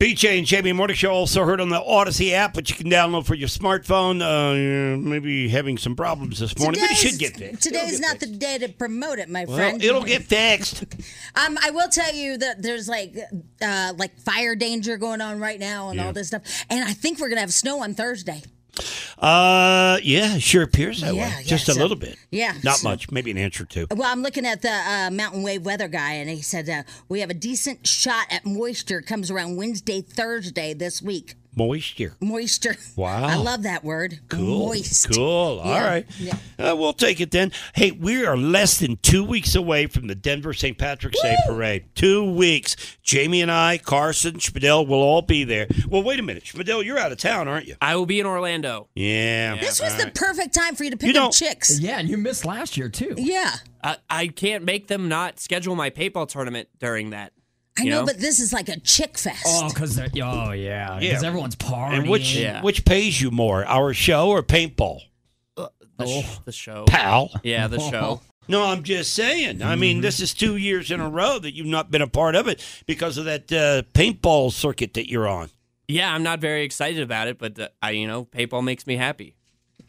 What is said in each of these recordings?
BJ and Jamie Morning Show also heard on the Odyssey app, which you can download for your smartphone. Uh, you're maybe having some problems this morning, but it should get fixed. Today's not the day to promote it, my Well, friend. it'll get fixed. Um, I will tell you that there's like, uh, like fire danger going on right now and all this stuff, and I think we're gonna have snow on Thursday. Uh, yeah, it sure appears that Yeah, way. yeah, Just a so- little bit. yeah, Not so- much. Maybe an inch or two. Well, I'm looking at the uh, Mountain Wave weather guy, and he said uh, we have a decent shot at moisture comes around Wednesday, Thursday this week. Moisture. Moisture. Wow. I love that word. Cool. Moist. Cool. All Yeah, right. yeah. Uh, we'll take it then. Hey, we are less than two weeks away from the Denver St. Patrick's Day Parade. Two weeks. Jamie and I, Carson, Schmidel will all be there. Well, wait a minute. Schmidel, you're out of town, aren't you? I will be in Orlando. Yeah. This was all the right. perfect time for you to pick You up don't- chicks. Yeah, and you missed last year too. Yeah. I, I can't make them not schedule my paintball tournament during that. I You know, know? but this is like a chick fest. Oh, because they're oh yeah, because Yeah. everyone's partying. And which Yeah. which pays you more, our show or paintball? The, Oh. sh- the show. Pal. Yeah, the show. No, I'm just saying. I mean, this is two years in a row that you've not been a part of it because of that uh, paintball circuit that you're on. Yeah, I'm not very excited about it, but uh, I, you know, paintball makes me happy.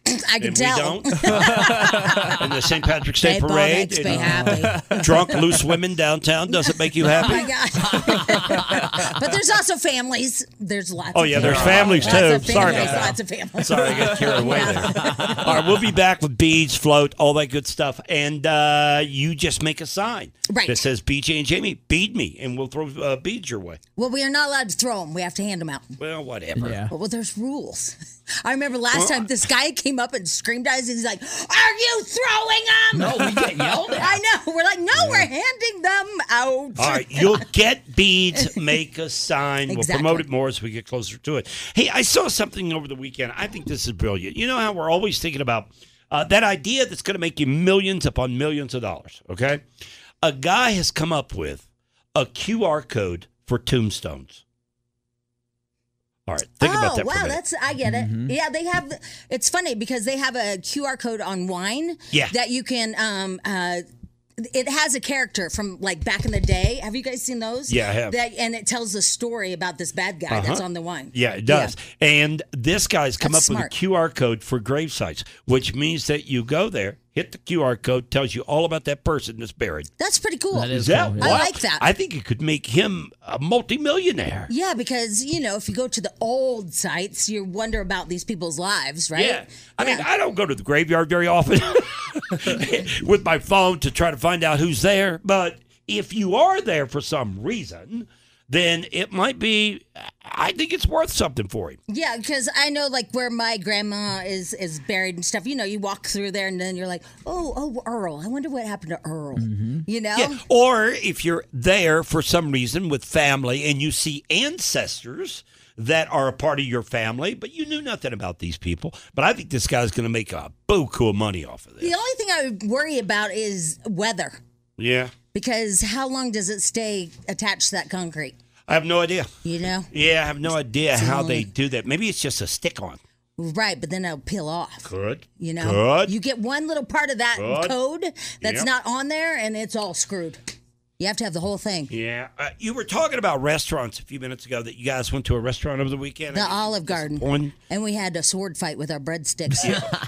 I can and tell. we don't. and the St. Patrick's Day Paintball parade. makes and me happy. Drunk, loose women downtown doesn't make you happy. Oh my God. but there's also families. There's lots. Oh, of yeah, there's families, Lots of too. Sorry families, about that. Lots of families. Sorry, I got carried away there. All right, we'll be back with beads, float, all that good stuff. And uh, you just make a sign Right. that says BJ and Jamie, bead me, and we'll throw uh, beads your way. Well, we are not allowed to throw them. We have to hand them out. Well, whatever. Yeah. Well, there's rules. I remember last time this guy came up and screamed at us. He's like, "Are you throwing them?" No, we get yelled at. I know. We're like, "No, we're handing them out." All right, you'll get beads, make a sign. We'll Exactly. promote it more as we get closer to it. Hey, I saw something over the weekend. I think this is brilliant. You know how we're always thinking about uh, that idea that's going to make you millions upon millions of dollars, okay? A guy has come up with a QR code for tombstones. All right, think oh, about that wow, for a minute. Mm-hmm. that's I get it. Yeah, they have. It's funny because they have a QR code on wine. Yeah. that you can. Um, uh, it has a character from like back in the day. Have you guys seen those? Yeah, I have. Uh-huh. That, and it tells a story about this bad guy that's on the wine. Yeah, it does. And this guy's come That's up smart. with a QR code for grave sites, which means that you go there, hit the QR code, tells you all about that person that's buried. That's pretty cool. That is Is that cool. I wild? like that. I think it could make him a multimillionaire. yeah, because you know if you go to the old sites, you wonder about these people's lives, right? Yeah. I mean, I don't go to the graveyard very often with my phone to try to find out who's there. But if you are there for some reason, then it might be, I think it's worth something for him. Yeah, because I know like where my grandma is is buried and stuff. You know, you walk through there and then you're like, oh, oh, Earl. I wonder what happened to Earl. You know. Mm-hmm. Yeah. Oh. Or if you're there for some reason with family and you see ancestors that are a part of your family, but you knew nothing about these people. But I think this guy's going to make a buku of money off of this. The only thing I would worry about is weather Yeah. because how long does it stay attached to that concrete? I have no idea. You know, Yeah, I have no idea how they do that. Maybe it's just a stick on. right? But then it'll peel off. Good. You know, Good. you get one little part of that Good. code that's Yep. not on there, and it's all screwed. You have to have the whole thing. Yeah. Uh, you were talking about restaurants a few minutes ago that you guys went to a restaurant over the weekend. The Olive Garden. One. And we had a sword fight with our breadsticks.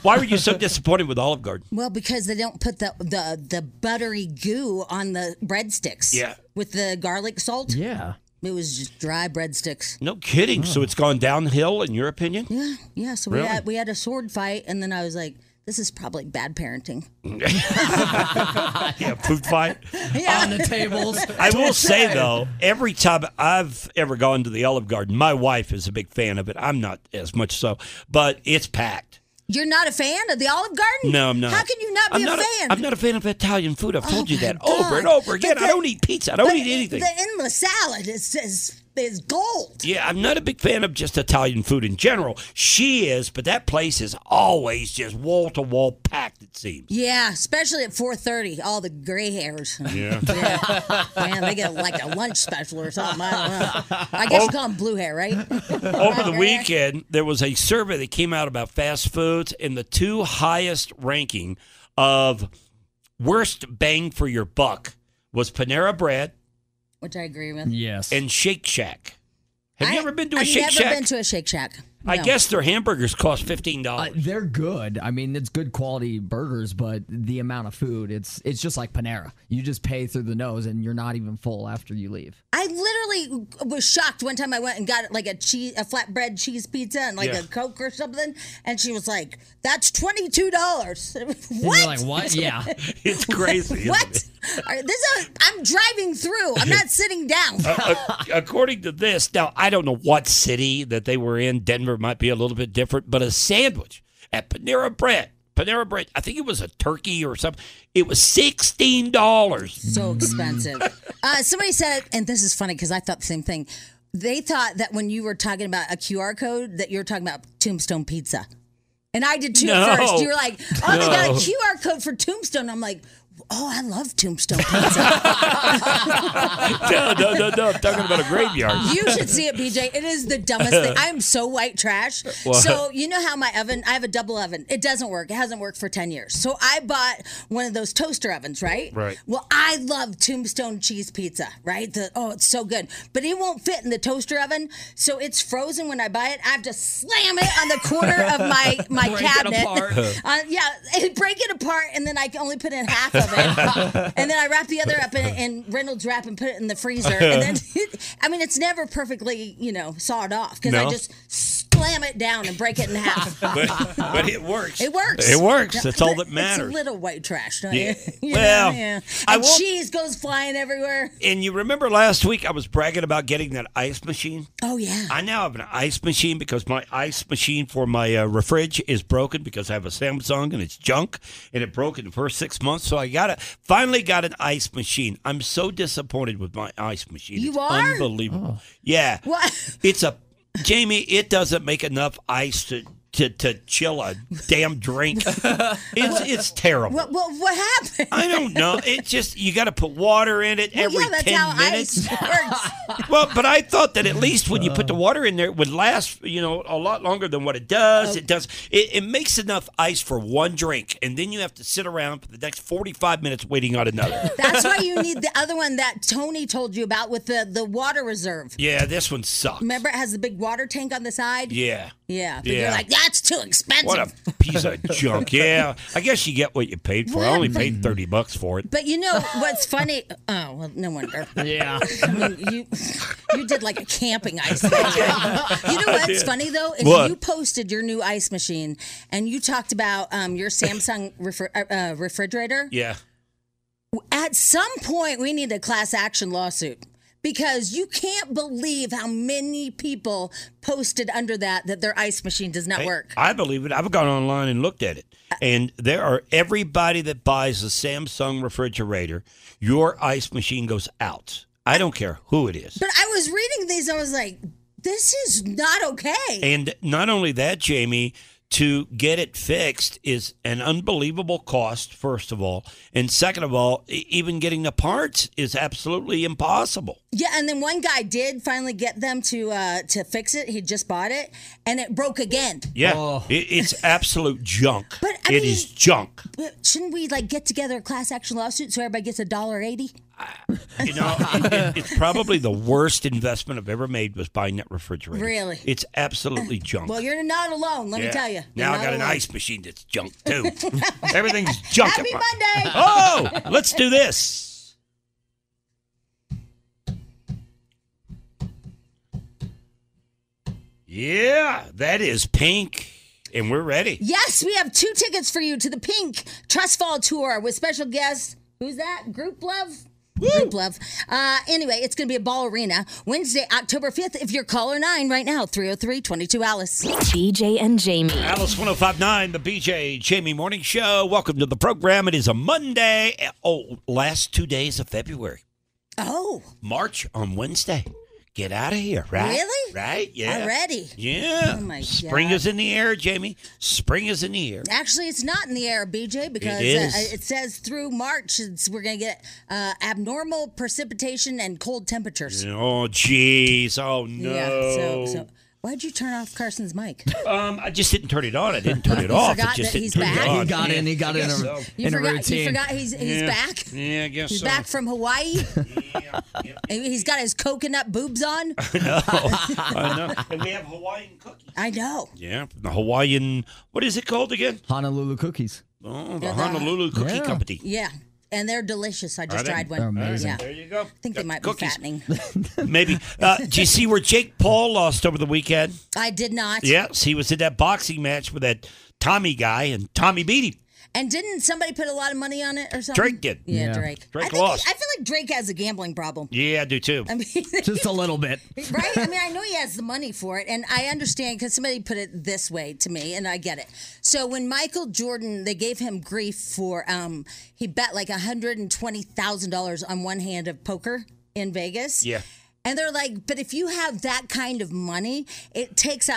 Why were you so disappointed with Olive Garden? Well, because they don't put the, the the buttery goo on the breadsticks. Yeah. With the garlic salt. Yeah. It was just dry breadsticks. No kidding. So it's gone downhill, in your opinion? Yeah. Yeah. So Really? we had we had a sword fight, and then I was like, "This is probably bad parenting." yeah, food fight. Yeah. On the tables. I will say though, every time I've ever gone to the Olive Garden, my wife is a big fan of it. I'm not as much so, but it's packed. You're not a fan of the Olive Garden? No, I'm not. How can you not I'm be not a fan? I'm not a fan of Italian food. I've told you my that over and God. over again. But I the- don't eat pizza. I don't But eat anything. The endless salad is is, is gold. yeah, I'm not a big fan of just Italian food in general. She is, but that place is always just wall to wall packed. It seems. Yeah, especially at 4:30, all the gray hairs. Yeah. Man, they get like a lunch special or something. I don't know. I Oh. guess you call them blue hair, right? Over the Right. weekend, there was a survey that came out about fast foods, and the two highest ranking of worst bang for your buck was Panera Bread Which I agree with. Yes. and Shake Shack. Have you I- ever been to a I've Shake never Shack? been to a Shake Shack. I No. guess their hamburgers cost fifteen Uh, dollars. they're good. I mean, it's good quality burgers, but the amount of food, it's it's just like Panera. You just pay through the nose, and you're not even full after you leave. I literally was shocked one time I went and got like a cheese, a flatbread cheese pizza and like Yeah. a Coke or something, and she was like, "That's twenty two dollars." And What? you're like, what? Yeah. it's crazy. isn't What? it? All right, this is I'm driving through. I'm not sitting down. Oh, A- according to this, now I don't know what city that they were in. Denver might be a little bit different, but a sandwich at Panera Bread, Panera Bread, I think it was a turkey or something. It was sixteen dollars. so expensive. Uh, somebody said, and this is funny because I thought the same thing. They thought that when you were talking about a QR code, that you were talking about Tombstone Pizza, and I did too No. at first. You were like, "Oh, they got a No. QR code for Tombstone." I'm like, "Oh, I love Tombstone Pizza." No, no, no, no. I'm talking about a graveyard. You should see it, BJ. It is the dumbest thing. I am so white trash. So you know how my oven? I have a double oven. It doesn't work. It hasn't worked for ten years. So I bought one of those toaster ovens, right? Right. Well, I love Tombstone cheese pizza, right? The, oh, it's so good, but it won't fit in the toaster oven, so it's frozen when I buy it. I have to slam it on the corner of my my Break it cabinet. apart. Uh, yeah, break it apart, and then I can only put in half of it, and then I wrap the other up in, in Reynolds wrap and put it in the freezer. And then, I mean, it's never perfectly, you know, sawed off because No. I just slam it down and break it in half. But, but it works. It works. It works. That's all that It's matters. little white trash, don't Yeah. you? You Well, know, yeah. I and will- cheese goes flying everywhere. And you remember last week I was bragging about getting that ice machine? Oh yeah. I now have an ice machine because my ice machine for my uh, refrige is broken because I have a Samsung and it's junk and it broke in the first six months. So I got a finally got an ice machine. I'm so disappointed with my ice machine. You it's are? Oh. unbelievable. Yeah, What? it's a Jamie. It doesn't make enough ice to to, to chill a damn drink. it's it's terrible. What? What? What happened? I don't know. It just you got to put water in it every yeah, that's ten how minutes. ice works. Well, but I thought that at least when you put the water in there, it would last, you know, a lot longer than what it does. It does. It, it makes enough ice for one drink, and then you have to sit around for the next forty-five minutes waiting on another. That's why you need the other one that Tony told you about with the the water reserve. yeah, this one sucks. Remember, it has the big water tank on the side. Yeah. Yeah, but Yeah. you're like, that's too expensive. What a piece of junk. Yeah, I guess you get what you paid for. I only paid thirty bucks for it. but you know what's funny? Oh well, no wonder. Yeah. I mean, you you did like a camping ice machine. You know what's funny though is What? you posted your new ice machine and you talked about um, your Samsung refri- uh, uh, refrigerator. Yeah. At some point, we need a class action lawsuit because you can't believe how many people posted under that that their ice machine does not work. I believe it. I've gone online and looked at it. And there are everybody that buys a Samsung refrigerator, your ice machine goes out. I don't care who it is. But I was reading these, I was like, this is not okay. And not only that, Jamie, to get it fixed is an unbelievable cost, first of all. And second of all, e- even getting the parts is absolutely impossible. Yeah, and then one guy did finally get them to uh to fix it. He just bought it and it broke again. Yeah. It, it's absolute junk. Oh. But, I it is mean- junk. But shouldn't we like get together a class action lawsuit so everybody gets a dollar eighty? You know, it- it- it's probably the worst investment I've ever made was buying that refrigerator. Really? It's absolutely junk. Well, you're not alone. Let me Yeah. tell you. You're Now I not got an alone. ice machine that's junk too. Everything's junk. Happy at Monday. my- Oh, let's do this. Yeah, that is pink, and we're ready. Yes, we have two tickets for you to the Pink Trust Fall Tour with special guest. Who's that? Group Love? Group Love. Uh, anyway, it's going to be a ball arena Wednesday, October 5th. If you're caller 9 right now, 303 22 Alice. BJ and Jamie. Alice 1059, the BJ Jamie Morning Show. Welcome to the program. It is a Monday. Oh, last two days of February. Oh, March on Wednesday. Get out of here, right? Really? Right? Yeah. Already? Yeah. Oh, my Spring God. is in the air, Jamie. Spring is in the air. Actually, it's not in the air, BJ, because is. Uh, it says through March it's, we're going to get uh, abnormal precipitation and cold temperatures. Oh, jeez. Oh, no. Yeah, so, so why'd you turn off Carson's mic? Um, I just didn't turn it on. I didn't turn it off. forgot It just that didn't he's turn back? it on. He got Yeah, in. He got I in a, guess so. You in a forgot, routine. You forgot he's, he's Yeah. back? Yeah, I guess He's so. back from Hawaii. And He's got his coconut boobs on. I know. And we have Hawaiian cookies. I know. Yeah, the Hawaiian. What is it called again? Honolulu cookies. Oh, the Yeah, the- Honolulu Cookie Yeah. Company. Yeah. And they're delicious. I just they? tried one. They're amazing. Yeah. There you go. I think they Got might be cookies. fattening. Maybe. Uh, do you see where Jake Paul lost over the weekend? I did not. Yes, he was in that boxing match with that Tommy guy, and Tommy beat him. And didn't somebody put a lot of money on it or something? Drake did. Yeah, Yeah. Drake. Drake I think lost. He, I feel like Drake has a gambling problem. Yeah, I do too. I mean, Just a little bit. right? I mean, I know he has the money for it, and I understand because somebody put it this way to me, and I get it. So when Michael Jordan, they gave him grief for um, he bet like hundred and twenty thousand dollars on one hand of poker in Vegas. Yeah. And they're like, but if you have that kind of money, it takes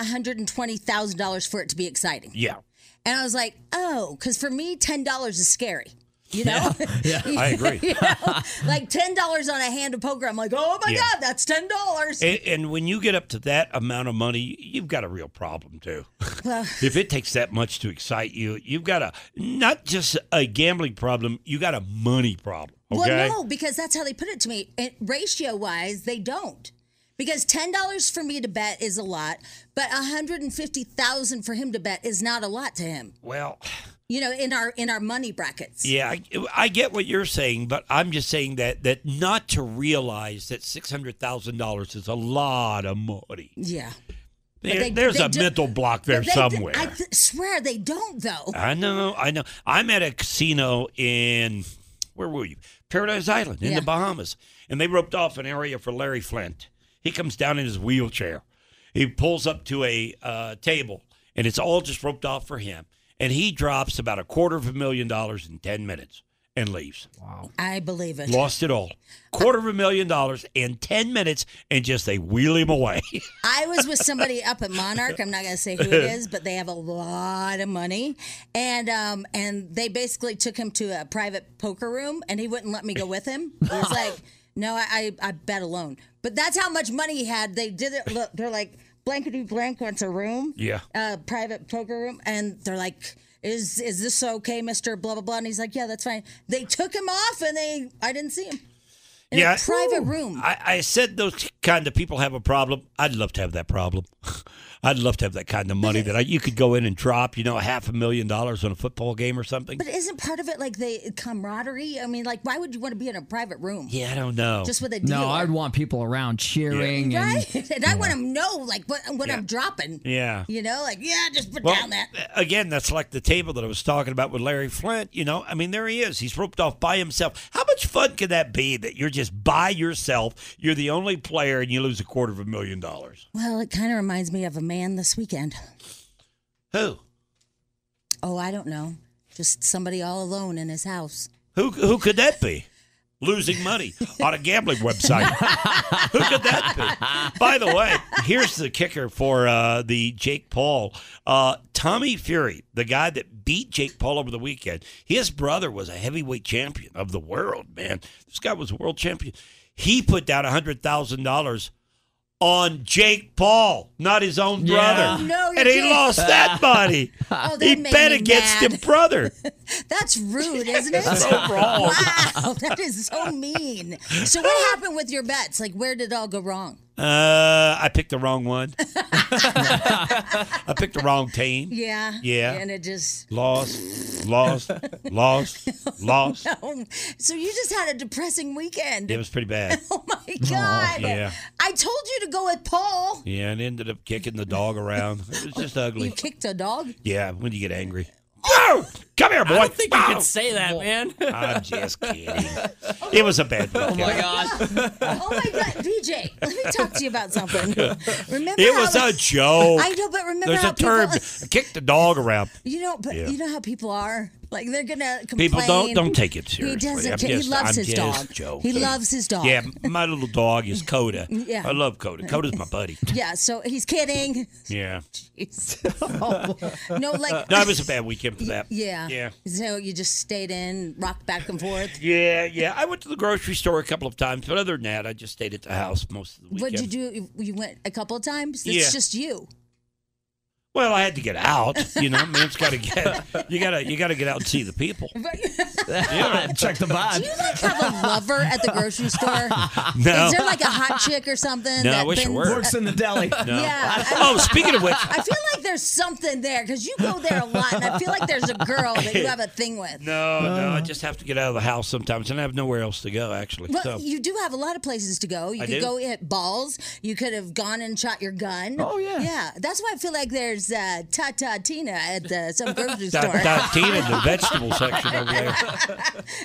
$120,000 for it to be exciting. Yeah, And I was like, oh, because for me, $10 is scary. You know? I agree. You know? Like $10 on a hand of poker. I'm like, oh my Yeah. God, that's $10. And, and when you get up to that amount of money, you've got a real problem too. if it takes that much to excite you, you've got a not just a gambling problem, you got a money problem. Okay. Well, no, because that's how they put it to me. It, ratio wise, they don't. Because ten dollars for me to bet is a lot, but one hundred and fifty thousand for him to bet is not a lot to him. Well, You know, in our in our money brackets. yeah, I, I get what you're saying, but I'm just saying that that not to realize that six hundred thousand dollars is a lot of money. Yeah. But There- they- there's they a do- mental block there but they- somewhere. I th- swear they don't though. I know, I know. I'm at a casino in where were you? Paradise Island in Yeah. the Bahamas, and they roped off an area for Larry Flint. He comes down in his wheelchair. He pulls up to a uh, table, and it's all just roped off for him. And he drops about a quarter of a million dollars in ten minutes and leaves. I believe it. Lost it all. Quarter of a million dollars in ten minutes, and just they wheel him away. I was with somebody up at Monarch. I'm not going to say who it is, but they have a lot of money, and um, and they basically took him to a private poker room, and he wouldn't let me go with him. He was like, "No, I I, I bet alone." But that's how much money he had. They did it. Look, they're like blankety blank wants a room, Yeah. uh, private poker room, and they're like. Is is this okay, Mister? Blah blah blah. And he's like, yeah, that's fine. They took him off, and they I didn't see him. In a private room. I, I said those kind of people have a problem. I'd love to have that problem. I'd love to have that kind of money uh, that I, you could go in and drop, you know, a half a million dollars on a football game or something. But uh, isn't part of it like the camaraderie? I mean, like, why would you want to be in a private room? yeah, I don't know. Just with a dealer. No, I'd want people around cheering and Right? And I want to know, like, what, what Yeah. I'm dropping. yeah. You know, like, yeah, just put Well, down that. Again, that's like the table that I was talking about with Larry Flint. You know, I mean, there he is. He's roped off by himself. How much fun can that be that you're just by yourself? You're the only player and you lose a quarter of a million dollars. Well, it kind of reminds me of a man this weekend. Who? Oh, I don't know. Just somebody all alone in his house. Who who could that be? Losing money on a gambling website. who could that be? By the way, here's the kicker for uh, the Jake Paul. Uh, Tommy Fury, the guy that beat Jake Paul over the weekend, his brother was a heavyweight champion of the world, man. This guy was a world champion. He put down $100,000 on Jake Paul, not his own Yeah. brother. Oh, no, you and he didn't. lost that money. Oh, that he made bet me against mad. his brother. That's rude, isn't it? That's so wrong. Wow, that is so mean. So what happened with your bets? Like, where did it all go wrong? Uh, I picked the wrong one. I picked the wrong team. Yeah. Yeah. And it just. Lost, lost, lost, lost. Oh, so you just had a depressing weekend. It was pretty bad. Oh my God. yeah. I told you to go with Paul. Yeah, and ended up kicking the dog around. It was just You ugly. kicked a dog. Yeah, when you get angry. Go! Come here, boy. I don't think you Go! could say that, man. I'm just kidding. It was a bad weekend. Oh my God, DJ, let me talk to you about something. Remember It was how, a joke. I know, but remember There's how a term. people, Kick the dog around. you know, but Yeah. you know how people are. Like they're gonna complain. People don't don't take it He seriously. doesn't. I'm care. just- he loves I'm his just dog. joking. He loves his dog. Yeah, my little dog is Coda. Yeah. I love Coda. Coda's my buddy. Yeah, So he's kidding. Yeah. Jeez. no, like. No, it was a bad weekend for that. Yeah. Yeah. So you just stayed in, rocked back and forth. Yeah, yeah. I went to the grocery store a couple of times, but other than that, I just stayed at the house most of the weekend. What'd you do? You went a couple of times. It's Yeah. just you. Well, I had to get out. You know, man's got to get you gotta you gotta get out and see the people. Check the Do you vibe. like have a lover at the grocery store? No. Is there like a hot chick or something? No, I that wish it bends- were. Works in the deli. Yeah. Oh, speaking of which, I feel like there's something there because you go there a lot, and I feel like there's a girl that you have a thing with. no, no, Uh. I just have to get out of the house sometimes, and I have nowhere else to go actually. Well, so you do have a lot of places to go. You I could do. go hit balls. You could have gone and shot your gun. Oh, yeah. yeah. That's why I feel like there's uh, Tata Tina at the, some grocery store. Di- di- Tina in the vegetable section over there.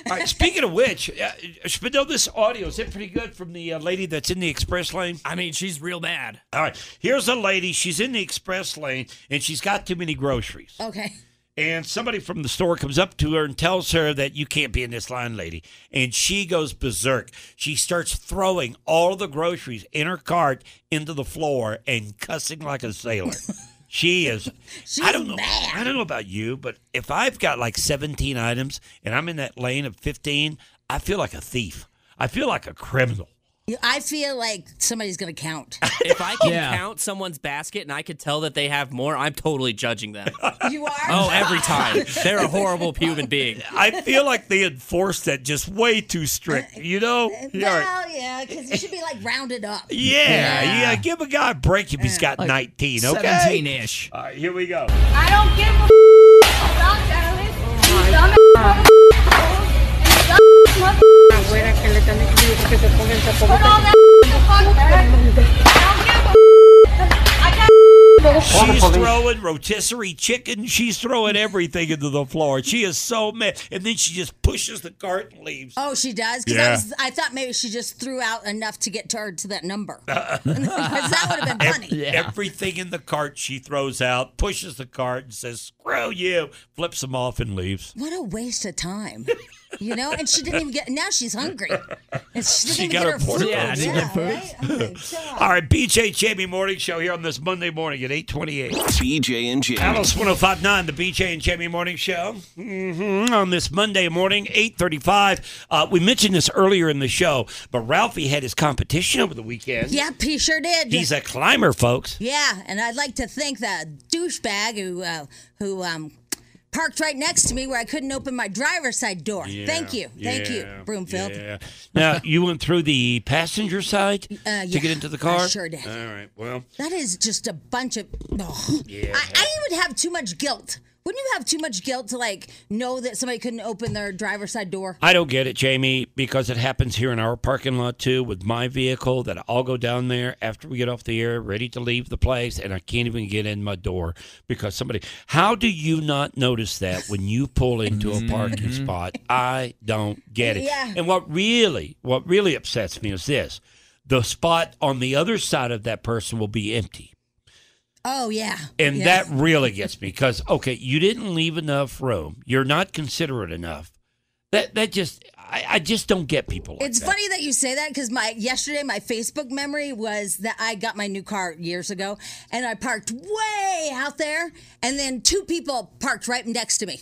All right, speaking of which, uh, Spino, this audio is it pretty good from the uh, lady that's in the express lane? I mean, she's real bad. All right, here's a lady. She's in the express lane, and she's got too many groceries. Okay. And somebody from the store comes up to her and tells her that you can't be in this line, lady. And she goes berserk. She starts throwing all the groceries in her cart into the floor and cussing like a sailor. She is. I don't know. I don't know about you, but if I've got like 17 items and I'm in that lane of 15, I feel like a thief. I feel like a criminal. You- I feel like somebody's gonna count. If I can Yeah. count someone's basket and I could tell that they have more, I'm totally judging them. You are. Oh, every time. They're a horrible human being. I feel like they enforce that just way too strict. You know. Yeah. Well, yeah, because it should be like rounded up. Yeah, yeah, Give a guy a break if he's got 19, okay? 17 ish. All right, here we go. I don't give a about journalists. You dumb Put all that the fuck back. I don't give a I got She's throwing rotisserie chicken. She's throwing everything into the floor. She is so mad. And then she just pushes the cart and leaves. Oh, she does. Because Yeah. I, was- I thought maybe she just threw out enough to get to her to that number. 'Cause that would have been funny. Everything in the cart she throws out, pushes the cart and says, screw you, flips them off and leaves. What a waste of time. You know, and she didn't even get. Now she's hungry, and she didn't She even got get her her food. portable. Yeah, she didn't get right? Oh, my God. All right, BJ Jamie Morning Show here on this Monday morning at 828. BJ and Jamie. Alice 1059, the BJ and Jamie Morning Show. hmm On this Monday morning, 835. Uh, we mentioned this earlier in the show, but Ralphie had his competition over the weekend. Yep, he sure did. He's a climber, folks. yeah, and I'd like to thank the douchebag who uh, who um, parked right next to me where I couldn't open my driver's side door. Thank you, thank you, Broomfield. Yeah. Now, you went through the passenger side Uh, to yeah, get into the I car? sure did. All right, well. That is just a bunch of. Oh. I, I would have too much guilt. Wouldn't you have too much guilt to like know that somebody couldn't open their driver's side door? I don't get it, Jamie, because it happens here in our parking lot too with my vehicle that I'll go down there after we get off the air, ready to leave the place, and I can't even get in my door because somebody. How do you not notice that when you pull into a parking spot? I don't get it. Yeah. And what really, what really upsets me is this the spot on the other side of that person will be empty. Oh yeah. And Yeah. that really gets me because okay, you didn't leave enough room. You're not considerate enough. That that just I, I just don't get people. Like It's that. funny that you say that because my yesterday my Facebook memory was that I got my new car years ago and I parked way out there and then two people parked right next to me,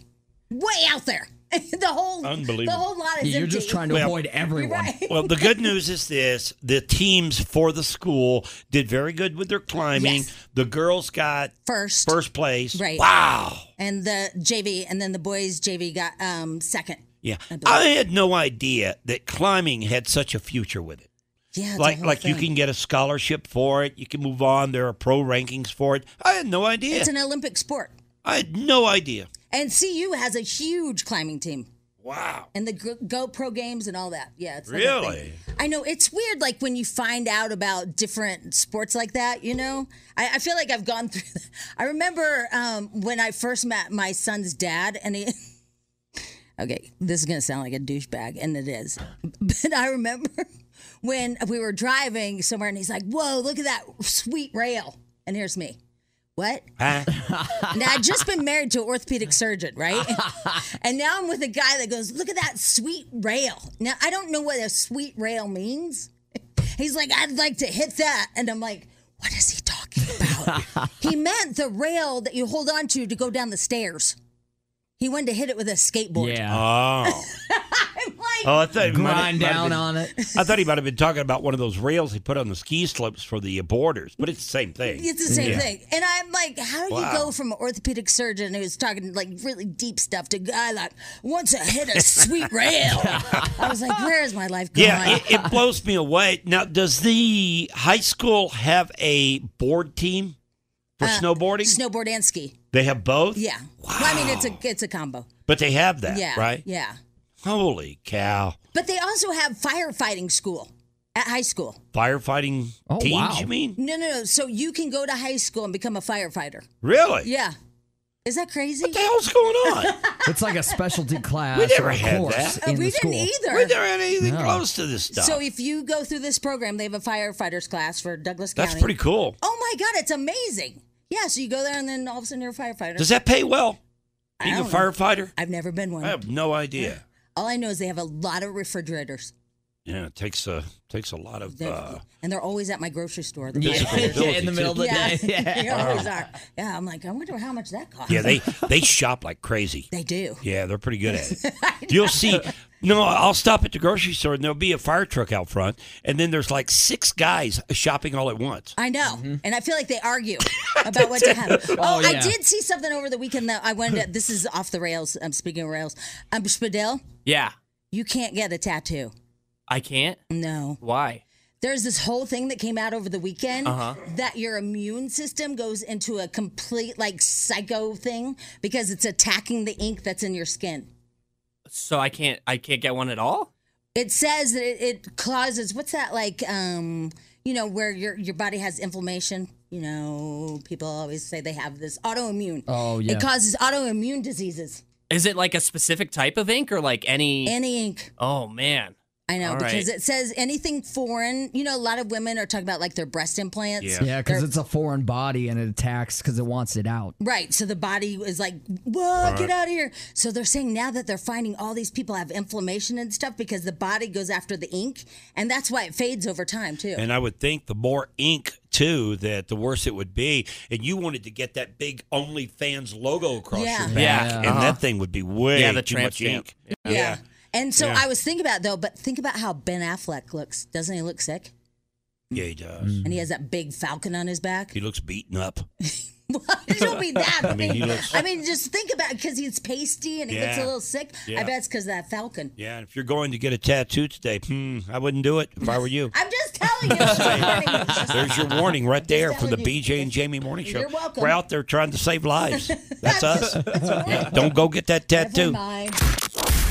way out there. the whole Unbelievable. The whole lot is empty. Well- Right. Well, the good news is this: the teams for the school did very good with their climbing. The girls got first first place. Right. Wow. And the JV, and then the boys JV got um second. Yeah. I had no idea that climbing had such a future with it. Yeah. it's a like whole like you thing. can get a scholarship for it. You can move on. There are pro rankings for it. I had no idea. It's an Olympic sport, I had no idea. and CU has a huge climbing team. Wow. And the Go- GoPro games and all that. Yeah. It's the whole thing. Really? I know it's weird, like when you find out about different sports like that. You know, I, I feel like I've gone through. That. I remember um, when I first met my son's dad, and he. Okay, this is gonna sound like a douchebag, and it is. But I remember when we were driving somewhere, and he's like, "Whoa, look at that sweet rail!" And here's me. What? now I'd just been married to an orthopedic surgeon, right? and now I'm with a guy that goes, "Look at that sweet rail." Now I don't know what a sweet rail means. He's like, "I'd like to hit that," and I'm like, "What is he talking about?" he meant the rail that you hold on to to go down the stairs. He wanted to hit it with a skateboard. Oh. Oh, I thought he might have- Grind might have down been- on it. I thought he might have been talking about one of those rails he put on the ski slopes for the borders, but it's the same thing. It's the same Yeah. thing. And I'm like, how do you Wow. go from an orthopedic surgeon who's talking like really deep stuff to a guy like wants to hit a sweet rail? I was like, where is my life going? Yeah, it, it blows me away. Now, does the high school have a board team for Uh, snowboarding? Snowboard and ski. they have both? Yeah. Well, I mean, it's a it's a combo. But they have that, yeah. right? Yeah. Holy cow. But they also have firefighting school at high school. Firefighting Oh, teams, you mean? No, no, no. So you can go to high school and become a firefighter. Really? Yeah. Is that crazy? What the hell's going on? It's like a specialty class. We never or a had course that. Uh, in we the school. didn't either. We never had anything close to this stuff. So if you go through this program, they have a firefighters class for Douglas County. That's pretty cool. Oh my God, it's amazing. Yeah, so you go there and then all of a sudden you're a firefighter. Does that pay well? I Being a don't know. firefighter? I've never been one. I have no idea. All I know is they have a lot of refrigerators, Yeah, it takes a takes a lot of. They- Uh, and they're always at my grocery store. Yeah. Physical Yeah, in the ability, middle of the Yeah. day. Yeah. they always are. Yeah, I'm like, I wonder how much that costs. yeah, they they shop like crazy. They do. Yeah, they're pretty good at it. You'll see. No, I'll stop at the grocery store and there'll be a fire truck out front, and then there's like six guys shopping all at once. I know, Mm-hmm. and I feel like they argue about what to have. Oh, Oh, I yeah. did see something over the weekend that I wanted. To, this is off the rails. I'm speaking of rails. Um, Spadil, Yeah. you can't get a tattoo. I can't? No. Why? There's this whole thing that came out over the weekend Uh-huh. that your immune system goes into a complete like psycho thing because it's attacking the ink that's in your skin. So I can't I can't get one at all? It says that it, it causes what's that like um you know where your your body has inflammation, you know, people always say they have this autoimmune. Oh, yeah. It causes autoimmune diseases. Is it like a specific type of ink or like any Any ink. Oh man. I know All because right. it says anything foreign, you know, a lot of women are talking about like their breast implants. Yeah, because Their- it's a foreign body and it attacks because it wants it out. Right. So the body is like, whoa, Right. get out of here. So they're saying now that they're finding all these people have inflammation and stuff because the body goes after the ink. And that's why it fades over time, too. And I would think the more ink too, that the worse it would be. And you wanted to get that big OnlyFans logo across Yeah. your back, Yeah. and Uh-huh. that thing would be way Yeah, the too tramp much stamp. ink. Yeah. Yeah. And so Yeah. I was thinking about, it, though, but think about how Ben Affleck looks. Doesn't he look sick? Yeah, he does. Mm. And he has that big falcon on his back. He looks beaten up. Don't be that. I mean, he looks- I mean, just think about it because he's pasty and he gets a Yeah. little sick. I Yeah. bet it's because of that falcon. Yeah, and if you're going to get a tattoo today, hmm, I wouldn't do it if I were you. I'm just telling you. There's your warning right there Just from the telling you. BJ and Jamie Morning Show. You're welcome. We're out there trying to save lives. That's us. Yeah, don't go get that Never tattoo.